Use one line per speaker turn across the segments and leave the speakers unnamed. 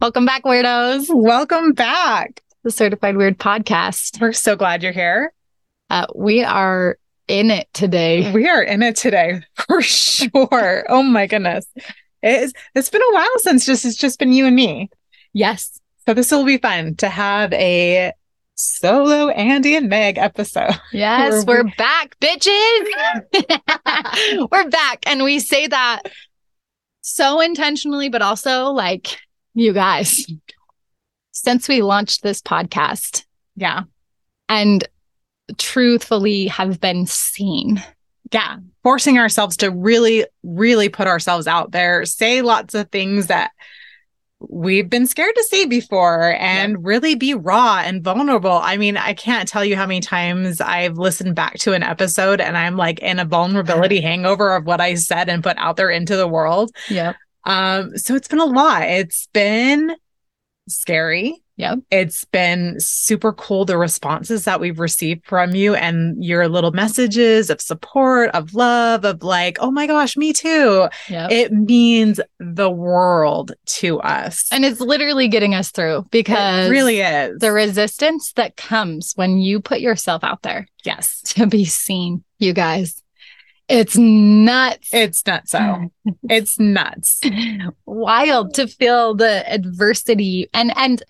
Welcome back, weirdos.
Welcome back.
The Certified Weird Podcast.
We're so glad you're here.
Uh, we are in it today.
We are in it today for sure. oh my goodness. It is, it's been a while since just it's just been you and me.
Yes.
So this will be fun to have a solo Andy and Meg episode.
Yes, we're, we're back, bitches. we're back. And we say that so intentionally, but also like you guys, since we launched this podcast
Yeah.
and truthfully have been seen.
Yeah. Forcing ourselves to really, really put ourselves out there, say lots of things that we've been scared to say before and really be raw and vulnerable. I mean, I can't tell you how many times I've listened back to an episode and I'm like in a vulnerability hangover of what I said and put out there into the world.
Yep.
Um, so it's been a lot. It's been scary.
Yep.
It's been super cool the responses that we've received from you and your little messages of support, of love, of like, oh my gosh, me too.
Yep.
It means the world to us.
and it's literally getting us through because
it really is.
the resistance that comes when you put yourself out there
yes.
to be seen, you guys. It's nuts.
It's nuts.
Mm.
So it's nuts.
wild to feel the adversity and and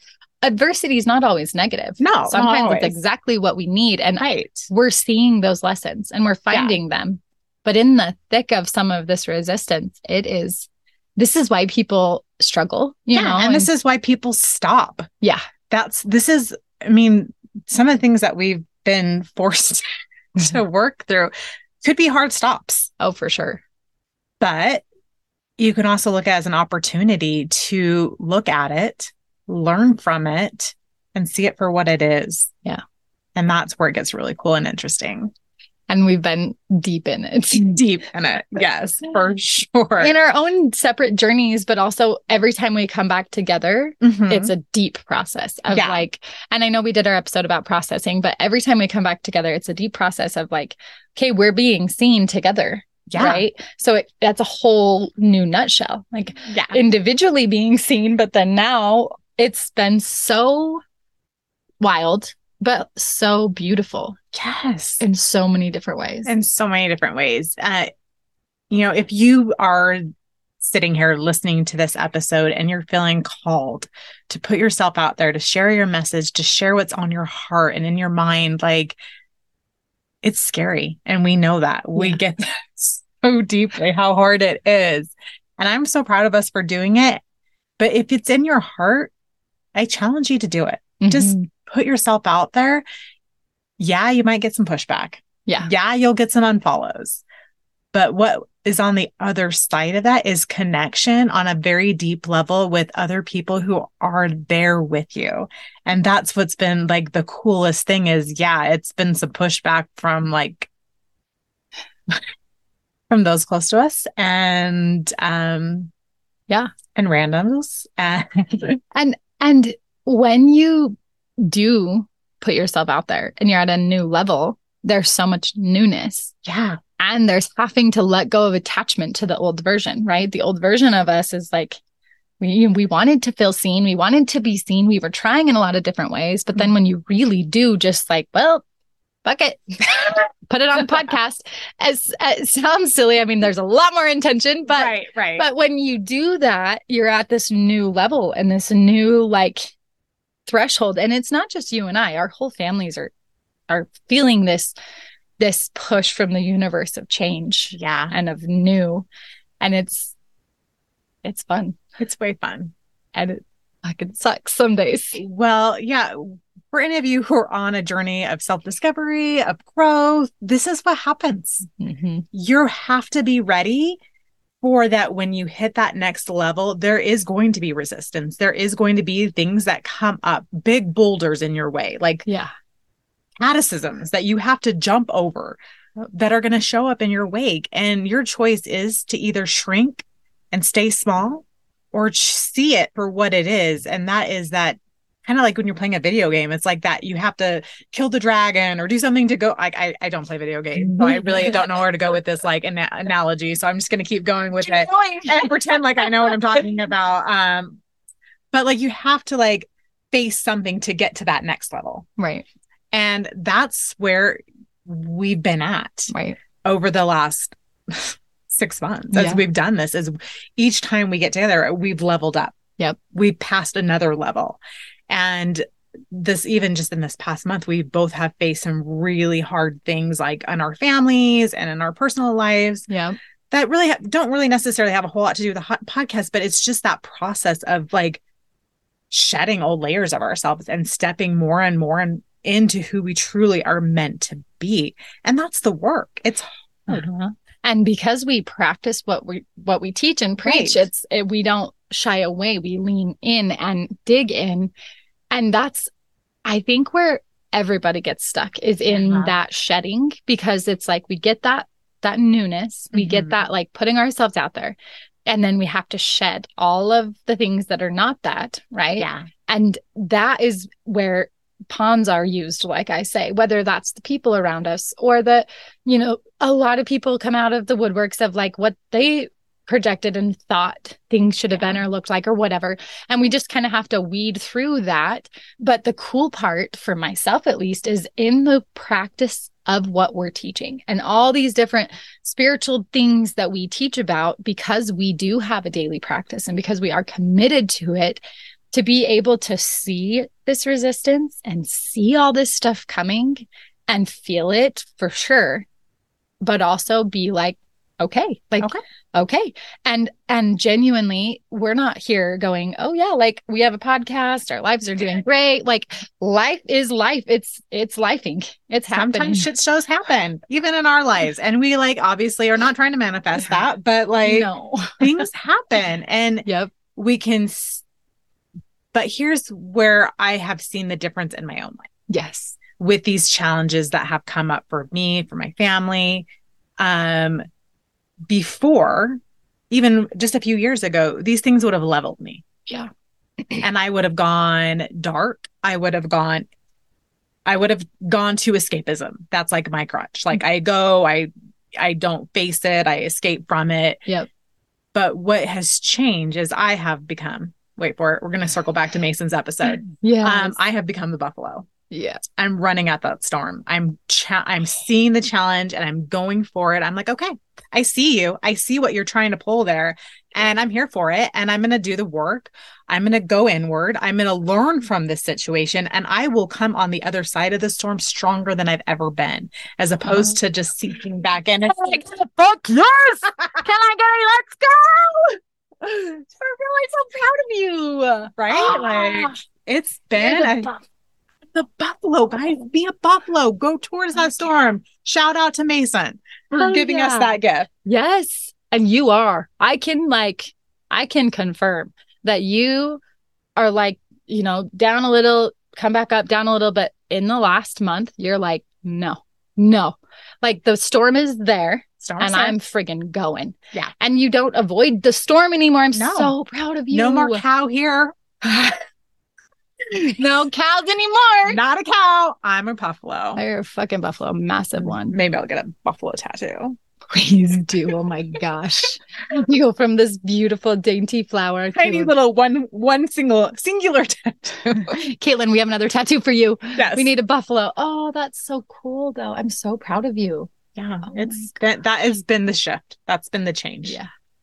adversity is not always negative.
No, not
Sometimes it's
always.
exactly what we need and
right.
we're seeing those lessons and we're finding them. But in the thick of some of this resistance, it is this is why people struggle, you
yeah.
know.
and this is why people stop.
yeah.
that's this is i mean some of the things that we've been forced to
Mm-hmm.
work through could be hard stops
Oh, for sure.
but you can also look at it as an opportunity to look at it learn from it and see it for what it is
Yeah.
and that's where it gets really cool and interesting
And we've been deep in it.
deep in it yes for sure
In our own separate journeys, but also every time we come back together,
Mhm.
it's a deep process of
Yeah.
like and i know we did our episode about processing but every time we come back together it's a deep process of like okay we're being seen together
yeah
right so it, that's a whole new nutshell like
yeah
individually being seen but then now it's been so wild but so beautiful
yes
in so many different ways
in so many different ways. Uh, you know, if you are sitting here listening to this episode and you're feeling called to put yourself out there, to share your message, to share what's on your heart and in your mind, like it's scary. And we know that. We
Yeah.
get that so deeply how hard it is. And I'm so proud of us for doing it. But if it's in your heart, I challenge you to do it. just-
Mhm.
Put yourself out there. Yeah, you might get some pushback
yeah
yeah, you'll get some unfollows. But what is on the other side of that is connection on a very deep level with other people who are there with you. And that's what's been like the coolest thing is, yeah, it's been some pushback from like from those close to us and um
Yeah.
and randoms and
and when you do put yourself out there and you're at a new level there's so much newness
yeah
and there's having to let go of attachment to the old version, right? The old version of us is like we we wanted to feel seen, we wanted to be seen, we were trying in a lot of different ways, but then when you really do just like, well, fuck it. Put it on the podcast. As it sounds silly, I mean there's a lot more intention, but
right right
but when you do that, you're at this new level and this new like threshold. And it's not just you and I, our whole families are are feeling this this push from the universe of change
yeah
and of new. And it's it's fun.
it's way fun
And it fucking sucks some days.
Well, yeah. For any of you who are on a journey of self discovery, of growth, this is what happens.
Mhm.
You have to be ready for that when you hit that next level. There is going to be resistance. There is going to be things that come up, big boulders in your way, like
Yeah.
catechisms that you have to jump over that are going to show up in your wake. And your choice is to either shrink and stay small or ch- see it for what it is. And that is that kind of like when you're playing a video game, it's like that you have to kill the dragon or do something to go. Like, I, I don't play video games, so I really don't know where to go with this like ana- analogy. So I'm just going to keep going with it and pretend like I know what I'm talking about. Um, But like you have to like face something to get to that next level.
Right.
And that's where we've been at
Right.
over the last six months as
Yeah.
we've done this is each time we get together we've leveled up
Yep.
we passed another level and this even just in this past month we both have faced some really hard things like in our families and in our personal lives
Yeah.
that really ha- don't really necessarily have a whole lot to do with the hot podcast but it's just that process of like shedding old layers of ourselves and stepping more and more and into who we truly are meant to be and that's the work it's
Uh-huh. And because we practice what we what we teach and preach,
Right.
it's it, we don't shy away. We lean in and dig in, and that's I think where everybody gets stuck is in
Uh-huh.
that shedding because it's like we get that that newness, we
Mhm.
get that like putting ourselves out there, and then we have to shed all of the things that are not that right.
yeah
And that is where pawns are used, like I say, whether that's the people around us or the, you know, a lot of people come out of the woodworks of like what they projected and thought things should have been or looked like or whatever. And we just kind of have to weed through that. But the cool part for myself, at least, is in the practice of what we're teaching and all these different spiritual things that we teach about because we do have a daily practice and because we are committed to it to be able to see this resistance and see all this stuff coming and feel it for sure but also be like okay like
Okay.
okay, and and genuinely we're not here going oh yeah like we have a podcast our lives are doing great like life is life it's it's lifing it's happening
Sometimes shit shows happen, even in our lives. And we like obviously are not trying to manifest that, but like
no
things happen and
yep
we can. S- but here's where I have seen the difference in my own life
yes
with these challenges that have come up for me, for my family. Um, before, even just a few years ago, these things would have leveled me.
Yeah.
and I would have gone dark. I would have gone, I would have gone to escapism. That's like my crutch. Like I go, I, I don't face it. I escape from it.
Yep.
But what has changed is I have become, wait for it. We're going to circle back to Mason's episode.
yeah
Um, I have become the buffalo.
yeah
I'm running at that storm. I'm cha- I'm seeing the challenge and I'm going for it. I'm like, okay, I see you. I see what you're trying to pull there, and I'm here for it. And I'm going to do the work. I'm going to go inward. I'm going to learn from this situation, and I will come on the other side of the storm stronger than I've ever been, as opposed to just sinking back in. Oh. It's like, fuck yes! Can I get it? Let's go! Ah. I'm really so proud of you, right? Like
Ah,
it's been a the buffalo guys be a buffalo go towards that storm shout out to mason for
Hell
giving us
Oh, yeah.
that gift
Yes. And you are. I can like, I can confirm that you are like, you know, down a little, come back up, down a little, but in the last month, you're like, no, no. Like the storm is there
storm
and I'm friggin' going.
Yeah.
And you don't avoid the storm anymore. I'm
No.
so proud of you.
no more cow here
no cows anymore.
not a cow i'm a buffalo
You're a fucking buffalo, massive one.
maybe i'll get a buffalo tattoo
Please do. Oh my gosh. You go from this beautiful, dainty flower.
tiny
to a-
little one one single singular tattoo
Caitlin, we have another tattoo for you.
yes
We need a buffalo. Oh, that's so cool, though. I'm so proud of you.
yeah
Oh my
it's been, that has been the shift that's been the change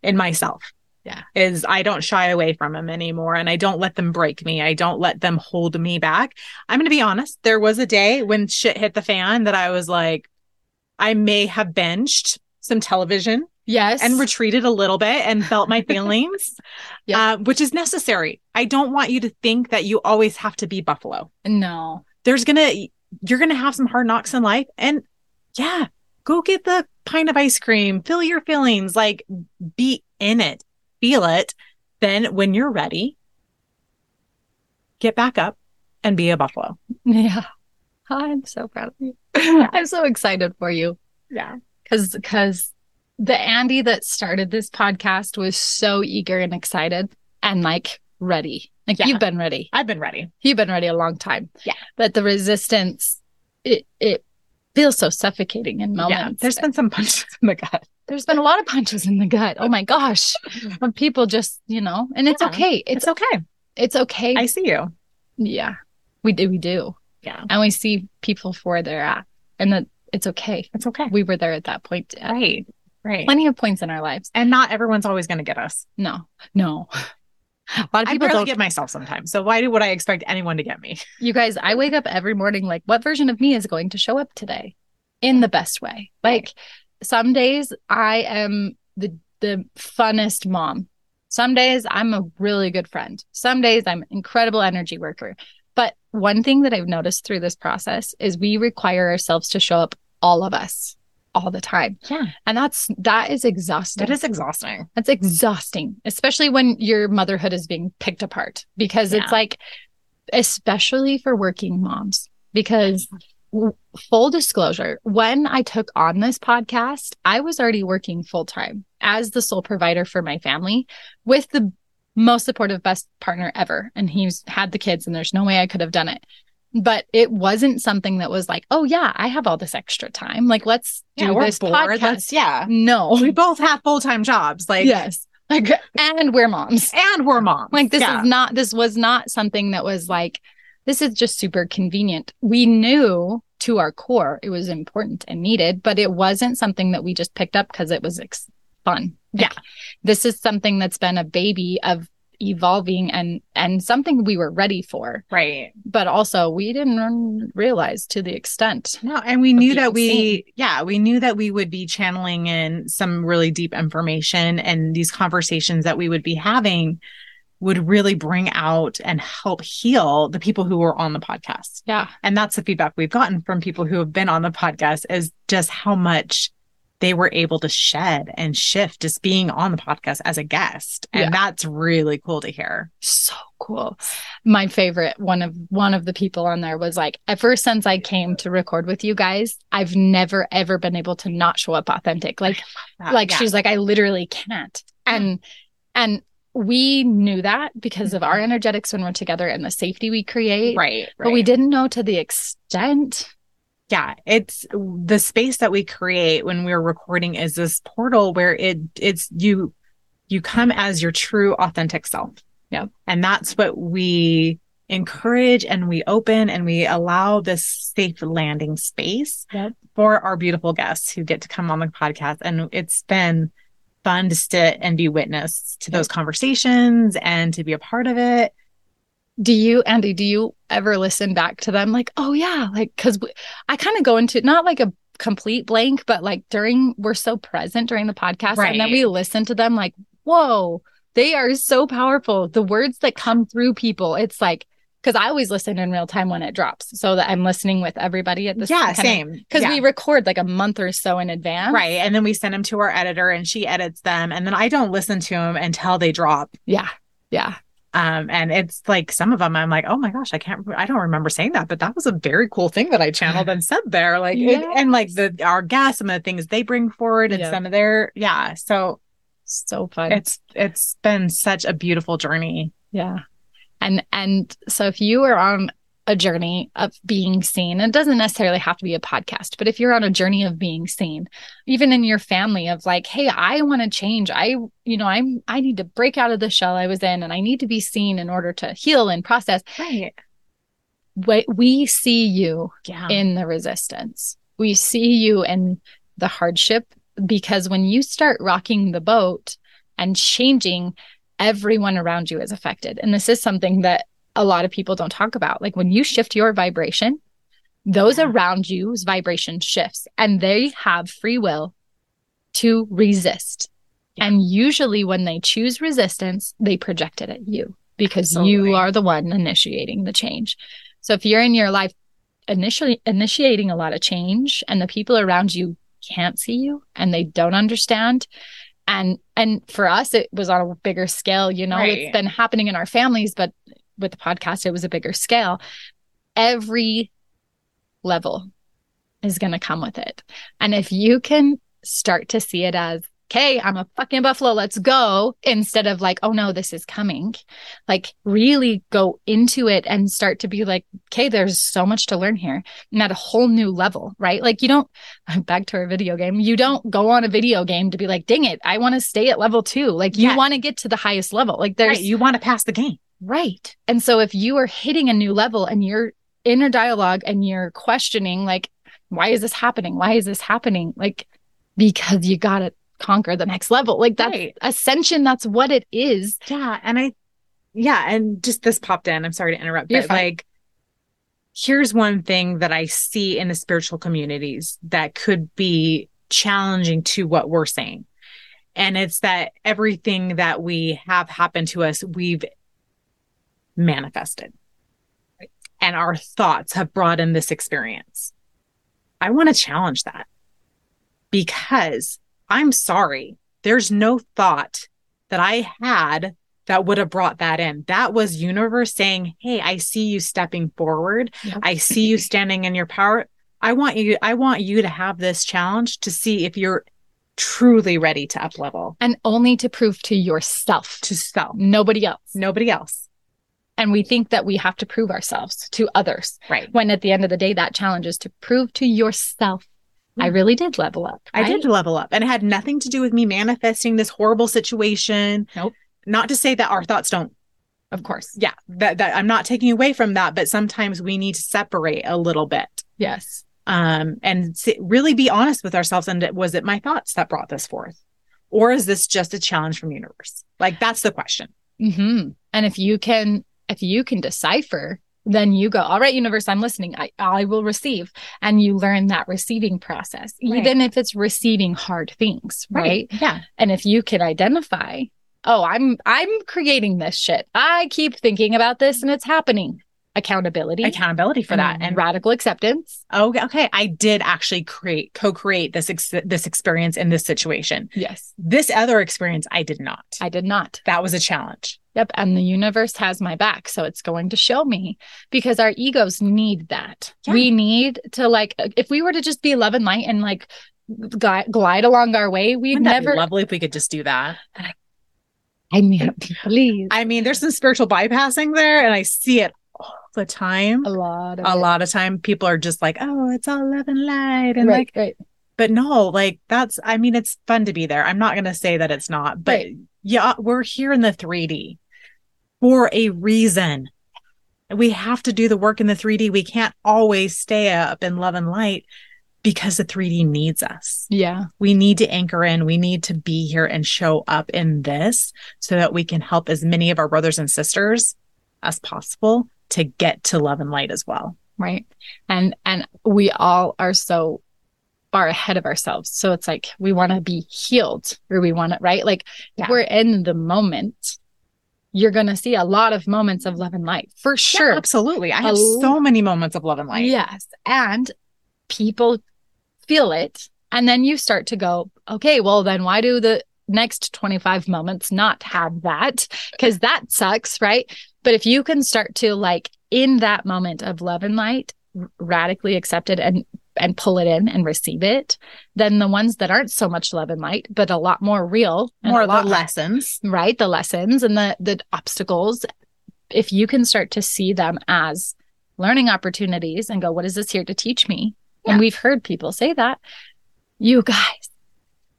in myself.
Yeah.
Is I don't shy away from them anymore and I don't let them break me. I don't let them hold me back. I'm going to be honest. There was a day when shit hit the fan that I was like, I may have binged some television
Yes.
and retreated a little bit and felt my feelings,
Yeah.
uh, which is necessary. I don't want you to think that you always have to be Buffalo.
no.
There's going to, you're going to have some hard knocks in life. And yeah, go get the pint of ice cream, feel your feelings, like be in it, feel it. Then when you're ready, get back up and be a buffalo.
Yeah. I'm so proud of you. I'm so excited for you
Yeah.
because because the Andy that started this podcast was so eager and excited and like ready. Like
Yeah.
you've been ready.
I've been ready.
You've been ready a long time.
Yeah.
But the resistance, it it feels so suffocating in
yeah.
moments.
There's been some punches in the gut.
There's been a lot of punches in the gut. Oh my gosh. When people just, you know, and it's
Yeah.
okay. It's
It's okay.
It's okay.
I see you.
yeah. We do we do.
Yeah.
And we see people for where they're at. And that it's okay.
It's okay.
We were there at that point. At
Right. Right.
Plenty of points in our lives.
and not everyone's always going to get us.
No. No. A lot of
I
people
barely
don't
get myself sometimes. So why do would I expect anyone to get me?
You guys, I wake up every morning like, what version of me is going to show up today in the best way? Like, some days I am the the funnest mom. Some days I'm a really good friend. Some days I'm an incredible energy worker. But one thing that I've noticed through this process is we require ourselves to show up all of us all the time.
Yeah.
And that's that is exhausting.
That is exhausting.
That's exhausting, especially when your motherhood is being picked apart because
Yeah.
it's like, especially for working moms. Because w- full disclosure, when I took on this podcast, I was already working full time as the sole provider for my family with the most supportive best partner ever. And he's had the kids, and there's no way I could have done it. But it wasn't something that was like, oh, yeah, I have all this extra time. Like, let's do this podcast.
That's yeah.
no.
We both have full time jobs. Like
yes. Like, and we're moms.
and we're moms.
Like, this
Yeah.
is not, this was not something that was like, this is just super convenient. We knew to our core it was important and needed, but it wasn't something that we just picked up because it was ex- fun. Like,
Yeah.
This is something that's been a baby of evolving and, and something we were ready for,
right.
but also we didn't realize to the extent.
No, and we knew that
being
we,
seen.
yeah, we knew that we would be channeling in some really deep information and these conversations that we would be having would really bring out and help heal the people who were on the podcast.
Yeah.
And that's the feedback we've gotten from people who have been on the podcast is just how much they were able to shed and shift just being on the podcast as a guest. And
Yeah.
that's really cool to hear.
so cool my favorite one of one of the people on there was like ever since i came to record with you guys i've never ever been able to not show up authentic like
Uh,
like
yeah.
she's like i literally can't and and we knew that because of our energetics when we're together and the safety we create
Mm-hmm. right,
but we
right.
didn't know to the extent
yeah it's the space that we create when we're recording is this portal where it it's you you come as your true authentic self
Yep.
and that's what we encourage and we open and we allow this safe landing space
Yep.
for our beautiful guests who get to come on the podcast and it's been fun to sit and be witness to those conversations and to be a part of it
do you andy do you ever listen back to them like oh yeah like because i kind of go into not like a complete blank but like during we're so present during the podcast and then
Right.
we listen to them like whoa they are so powerful the words that come through people it's like because i always listen in real time when it drops so that i'm listening with everybody at the
yeah same
because
Yeah.
we record like a month or so in advance
Right. And then we send them to our editor and she edits them. And then I don't listen to them until they drop.
yeah yeah
Um, and it's like some of them, I'm like, oh my gosh, I can't, I don't remember saying that, but that was a very cool thing that I channeled and said there. Like, it-
Yes.
and like the, our guests and the things they bring forward and
Yeah.
some of their, yeah. So
so fun
it's, it's been such a beautiful journey.
Yeah. And and so if you are on a journey of being seen, it doesn't necessarily have to be a podcast, but if you're on a journey of being seen, even in your family of like, hey, I want to change. I, you know, I'm I need to break out of the shell I was in and I need to be seen in order to heal and process.
Right.
We, we see you
Yeah.
in the resistance. We see you in the hardship because when you start rocking the boat and changing, everyone around you is affected. And this is something that a lot of people don't talk about. Like when you shift your vibration, those
Yeah.
around you's vibration shifts and they have free will to resist.
Yeah.
And usually when they choose resistance, they project it at you because
Absolutely.
you are the one initiating the change. So if you're in your life initially initiating a lot of change and the people around you can't see you and they don't understand and and for us it was on a bigger scale, you know,
Right.
it's been happening in our families but with the podcast it was a bigger scale. Every level is going to come with it. And if you can start to see it as, okay, I'm a fucking buffalo, let's go, instead of like, oh no, this is coming, like really go into it and start to be like, okay, there's so much to learn here and at a whole new level, right? Like you don't, back to our video game, you don't go on a video game to be like, ding it, I want to stay at level two. Like you
Yes.
want to get to the highest level. Like there's,
Right. You want to pass the game.
Right. And so if you are hitting a new level and your inner dialogue and you're questioning, like, why is this happening? Why is this happening? Like, because you got to conquer the next level. Like, that's
Right.
ascension. That's what it is.
Yeah. And I, yeah. And just this popped in. I'm sorry to interrupt,
You're
but
fine.
like, here's one thing that I see in the spiritual communities that could be challenging to what we're saying. And it's that everything that we have happened to us, we've manifested. And our thoughts have brought in this experience. I want to challenge that because I'm sorry. There's no thought that I had that would have brought that in. That was universe saying, Hey, I see you stepping forward.
Yep.
I see you standing in your power. I want you, I want you to have this challenge to see if you're truly ready to up level
And only to prove to yourself,
to self,
nobody else.
nobody else.
And we think that we have to prove ourselves to others.
Right.
When at the end of the day, that challenge is to prove to yourself, I
Mhm.
really did level up.
I did
right?
level up and it had nothing to do with me manifesting this horrible situation.
Nope.
Not to say that our thoughts don't
Of course.
yeah that, that i'm not taking away from that but sometimes we need to separate a little bit
Yes.
um and si- really be honest with ourselves and was it my thoughts that brought this forth or is this just a challenge from universe like that's the question
hmm And if you can, if you can decipher, then you go, all right, universe, I'm listening. I, I will receive. And you learn that receiving process,
Right.
even if it's receiving hard things, right?
yeah
And if you can identify, oh, I'm, I'm creating this shit. I keep thinking about this and it's happening. Accountability
accountability for
Mm-hmm.
that and
radical acceptance.
oh okay i did actually create co-create this ex- this experience in this situation
Yes.
this other experience i did not
I did not.
that was a challenge
Yep. And the universe has my back. So it's going to show me because our egos need that.
Yeah.
We need to, like, uh, if we were to just be love and light and like gui- glide along our way, we'd
Wouldn't that be
never.
lovely if we could just do that
I mean, please.
i mean there's some spiritual bypassing there and i see it all the time
a lot of.
a
it.
lot of time people are just like oh it's all love and light and
right,
like
right.
but no like that's i mean it's fun to be there i'm not going to say that it's not but
Right.
yeah we're here in the 3d for a reason we have to do the work in the 3d we can't always stay up in love and light because the 3d needs us
Yeah.
we need to anchor in we need to be here and show up in this so that we can help as many of our brothers and sisters as possible to get to love and light as well
Right. And, and we all are so far ahead of ourselves. So it's like we want to be healed or we want to, right? Like
Yeah.
if we're in the moment. You're going to see a lot of moments of love and light for
Yeah,
sure.
absolutely. I have
l-
so many moments of love and light.
Yes. And people feel it. And then you start to go, okay, well, then why do the next 25 moments not have that? Because that sucks, right? But if you can start to, like, in that moment of love and light, r- radically accept it and and pull it in and receive it, then the ones that aren't so much love and light, but a lot more real, and
More
a
of the
lot
lessons.
right the lessons and the the obstacles if you can start to see them as learning opportunities and go what is this here to teach me
Yeah.
and we've heard people say that you guys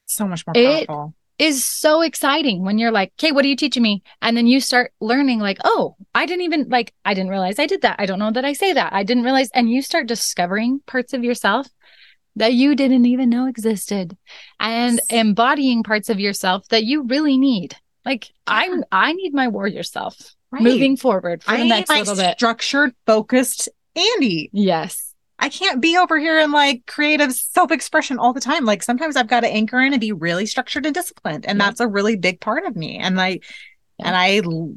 So much more
It-
powerful.
is so exciting when you're like okay what are you teaching me and then you start learning like oh i didn't even like i didn't realize i did that i don't know that i say that i didn't realize and you start discovering parts of yourself that you didn't even know existed and
Yes.
embodying parts of yourself that you really need like
Yeah.
i'm i need my warrior self moving forward for
I
the next
need my
little bit.
structured, focused Andy.
Yes.
I can't be over here in like creative self expression all the time. Like sometimes I've got to anchor in and be really structured and disciplined. And
Yeah.
that's a really big part of me. And I,
Yeah.
and I l-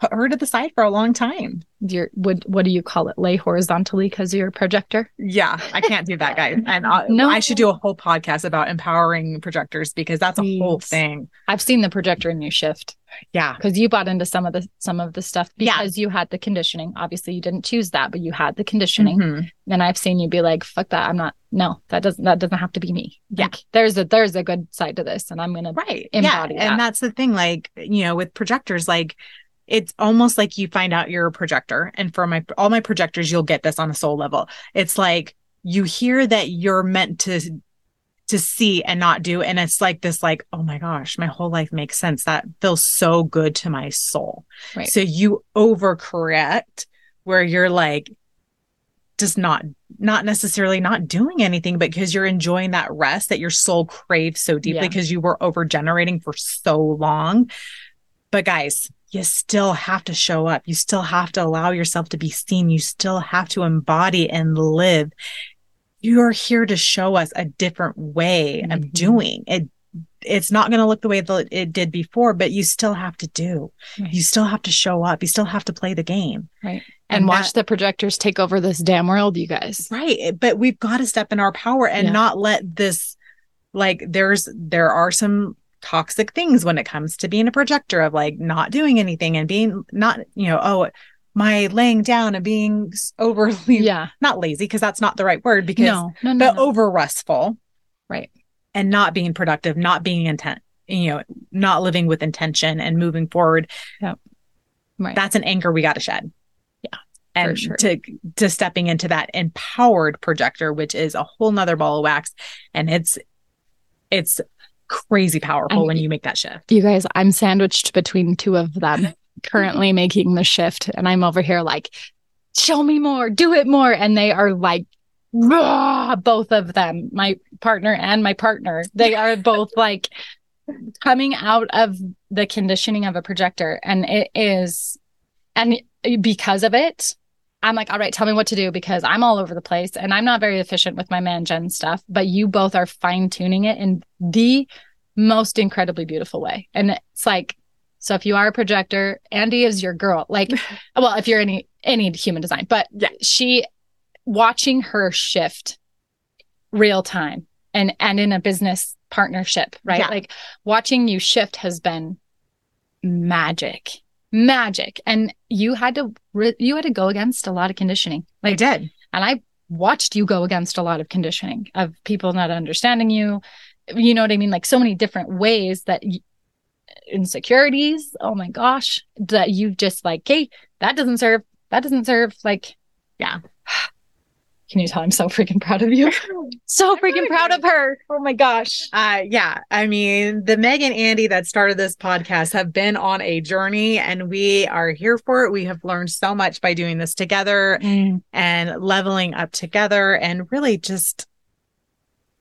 put her to the side for a long time.
Your would what do you call it? Lay horizontally because you're a projector.
Yeah, I can't do that, guys. And I,
No.
I should do a whole podcast about empowering projectors because that's a whole
Please.
thing.
I've seen the projector in you shift
Yeah.
because you bought into some of the some of the stuff
Yeah.
because you had the conditioning. Obviously, you didn't choose that, but you had the conditioning.
Mhm.
And I've seen you be like, "Fuck that! I'm not. No, that doesn't that doesn't have to be me.
Yeah.
Like, there's a there's a good side to this, and I'm gonna
right
embody
yeah
that.
and that's the thing like you know with projectors like it's almost like you find out you're a projector and for my all my projectors you'll get this on a soul level it's like you hear that you're meant to to see and not do. And it's like this, like, oh my gosh, my whole life makes sense. That feels so good to my soul.
Right.
So you overcorrect where you're like, just not, not necessarily not doing anything, but because you're enjoying that rest that your soul craves so deeply
Yeah.
because you were over generating for so long. But guys, you still have to show up. You still have to allow yourself to be seen. You still have to embody and live you're here to show us a different way
Mhm.
of doing it it's not going to look the way that it did before but you still have to do
Right.
you still have to show up you still have to play the game
and,
And
watch the projectors take over this damn world, you guys.
right but we've got to step in our power and
Yeah.
not let this like there's there are some toxic things when it comes to being a projector of like not doing anything and being not you know oh my laying down and being s- overly
Yeah.
not lazy because that's not the right word because
no, no, no.
but
no.
over restful
Right.
and not being productive, not being intent, you know, not living with intention and moving forward.
right.
That's an anchor we got to shed.
Yeah, for
And
sure.
to to stepping into that empowered projector, which is a whole nother ball of wax. And it's it's crazy powerful
And
when
y-
you make that shift.
you guys, I'm sandwiched between two of them currently making the shift. And I'm over here like, show me more, do it more. And they are like, "Rah!" both of them, my partner and my partner, they are both like coming out of the conditioning of a projector. And it is, and because of it, I'm like, all right, tell me what to do because I'm all over the place and I'm not very efficient with my man gen stuff, but you both are fine tuning it in the most incredibly beautiful way. And it's like, so if you are a projector, Andy is your girl. Like, well, if you're any any human design, but
Yeah.
she watching her shift real time and and in a business partnership, right?
Yeah.
Like watching you shift has been magic. Magic. And you had to re- you had to go against a lot of conditioning.
I
Like
did.
and I watched you go against a lot of conditioning of people not understanding you. You know what I mean? Like so many different ways that y- insecurities, oh my gosh, that you just like, hey, that doesn't serve, that doesn't serve. Like,
Yeah.
Can you tell I'm so freaking proud of you? So freaking proud of her. Oh my gosh.
Uh, yeah, I mean, the Meg and Andy that started this podcast have been on a journey and we are here for it. We have learned so much by doing this together and leveling up together and really just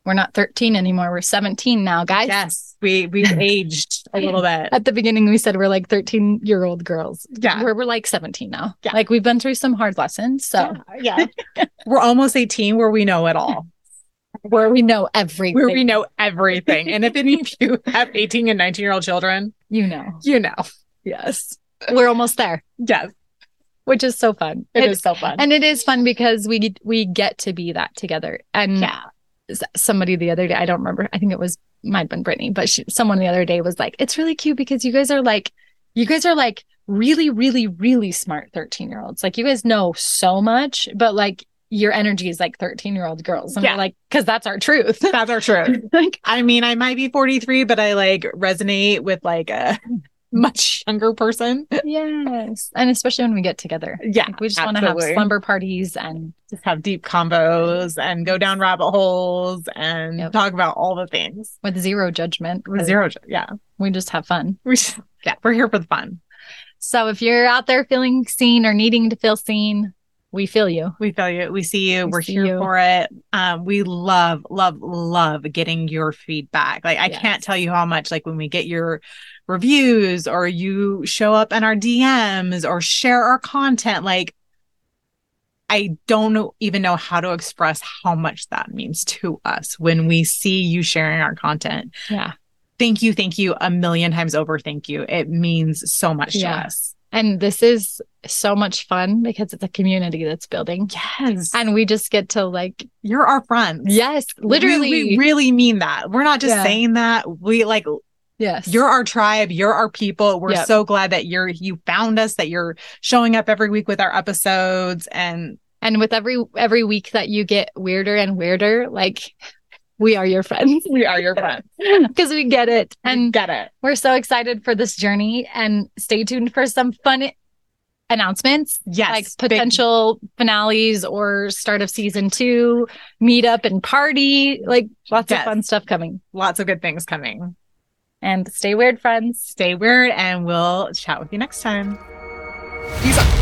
We're not 13 anymore. We're 17 now, guys.
yes we we aged a little bit
At the beginning, we said we're like 13 year old girls.
yeah
We're, we're like 17 now.
Yeah.
Like we've been through some hard lessons. So.
yeah we're almost 18 where we know it all
where we know everything.
where we know everything and if any of you have 18 and 19 year old children
you know.
you know yes
We're almost there,
yes
which is so fun.
it
It's-
is so fun
And it is fun because we we get to be that together. And
yeah
s- somebody the other day, I don't remember. I think it was might have been Brittany, but she, someone the other day was like, "It's really cute because you guys are like, you guys are like really, really, really smart thirteen year olds. Like you guys know so much, but like your energy is like thirteen year old girls." And
Yeah.
we're like, "Cause that's our truth."
that's our truth
like,
i mean i might be 43 but i like resonate with like a much younger person
yes, and especially when we get together.
yeah
Like, we just want to have
absolutely.
slumber parties and
just have deep combos and go down rabbit holes and
Yep.
talk about all the things.
with zero judgment.
With Zero, yeah.
We just have fun.
We just, yeah, we're here for the fun.
So if you're out there feeling seen or needing to feel seen, we feel you.
We feel you. We see you.
We
We are
see
here
you.
for it. Um, we love, love, love getting your feedback. Like I
Yes.
can't tell you how much. Like when we get your reviews or you show up in our DMs or share our content, like. I don't know, even know how to express how much that means to us when we see you sharing our content.
Yeah.
thank you, thank you a million times over. Thank you. It means so much
Yeah.
to us.
And this is so much fun because it's a community that's building.
Yes. And
And we just get to like,
you're our friends.
yes, literally.
We, we really mean that. We're not just
Yeah.
saying that. We like
yes.
you're our tribe, you're our people. We're
Yep.
so glad that you're you found us, that you're showing up every week with our episodes and
and with every every week that you get weirder and weirder, like we are your friends
we are your friends.
because we get it.
And
And
get it.
we're so excited for this journey and stay tuned for some fun announcements,
Yes.
like
big-
potential finales or start of season two, meet up and party, like lots
Yes.
of fun stuff coming.
lots of good things coming.
And stay weird, friends.
Stay weird and we'll chat with you next time. Peace out.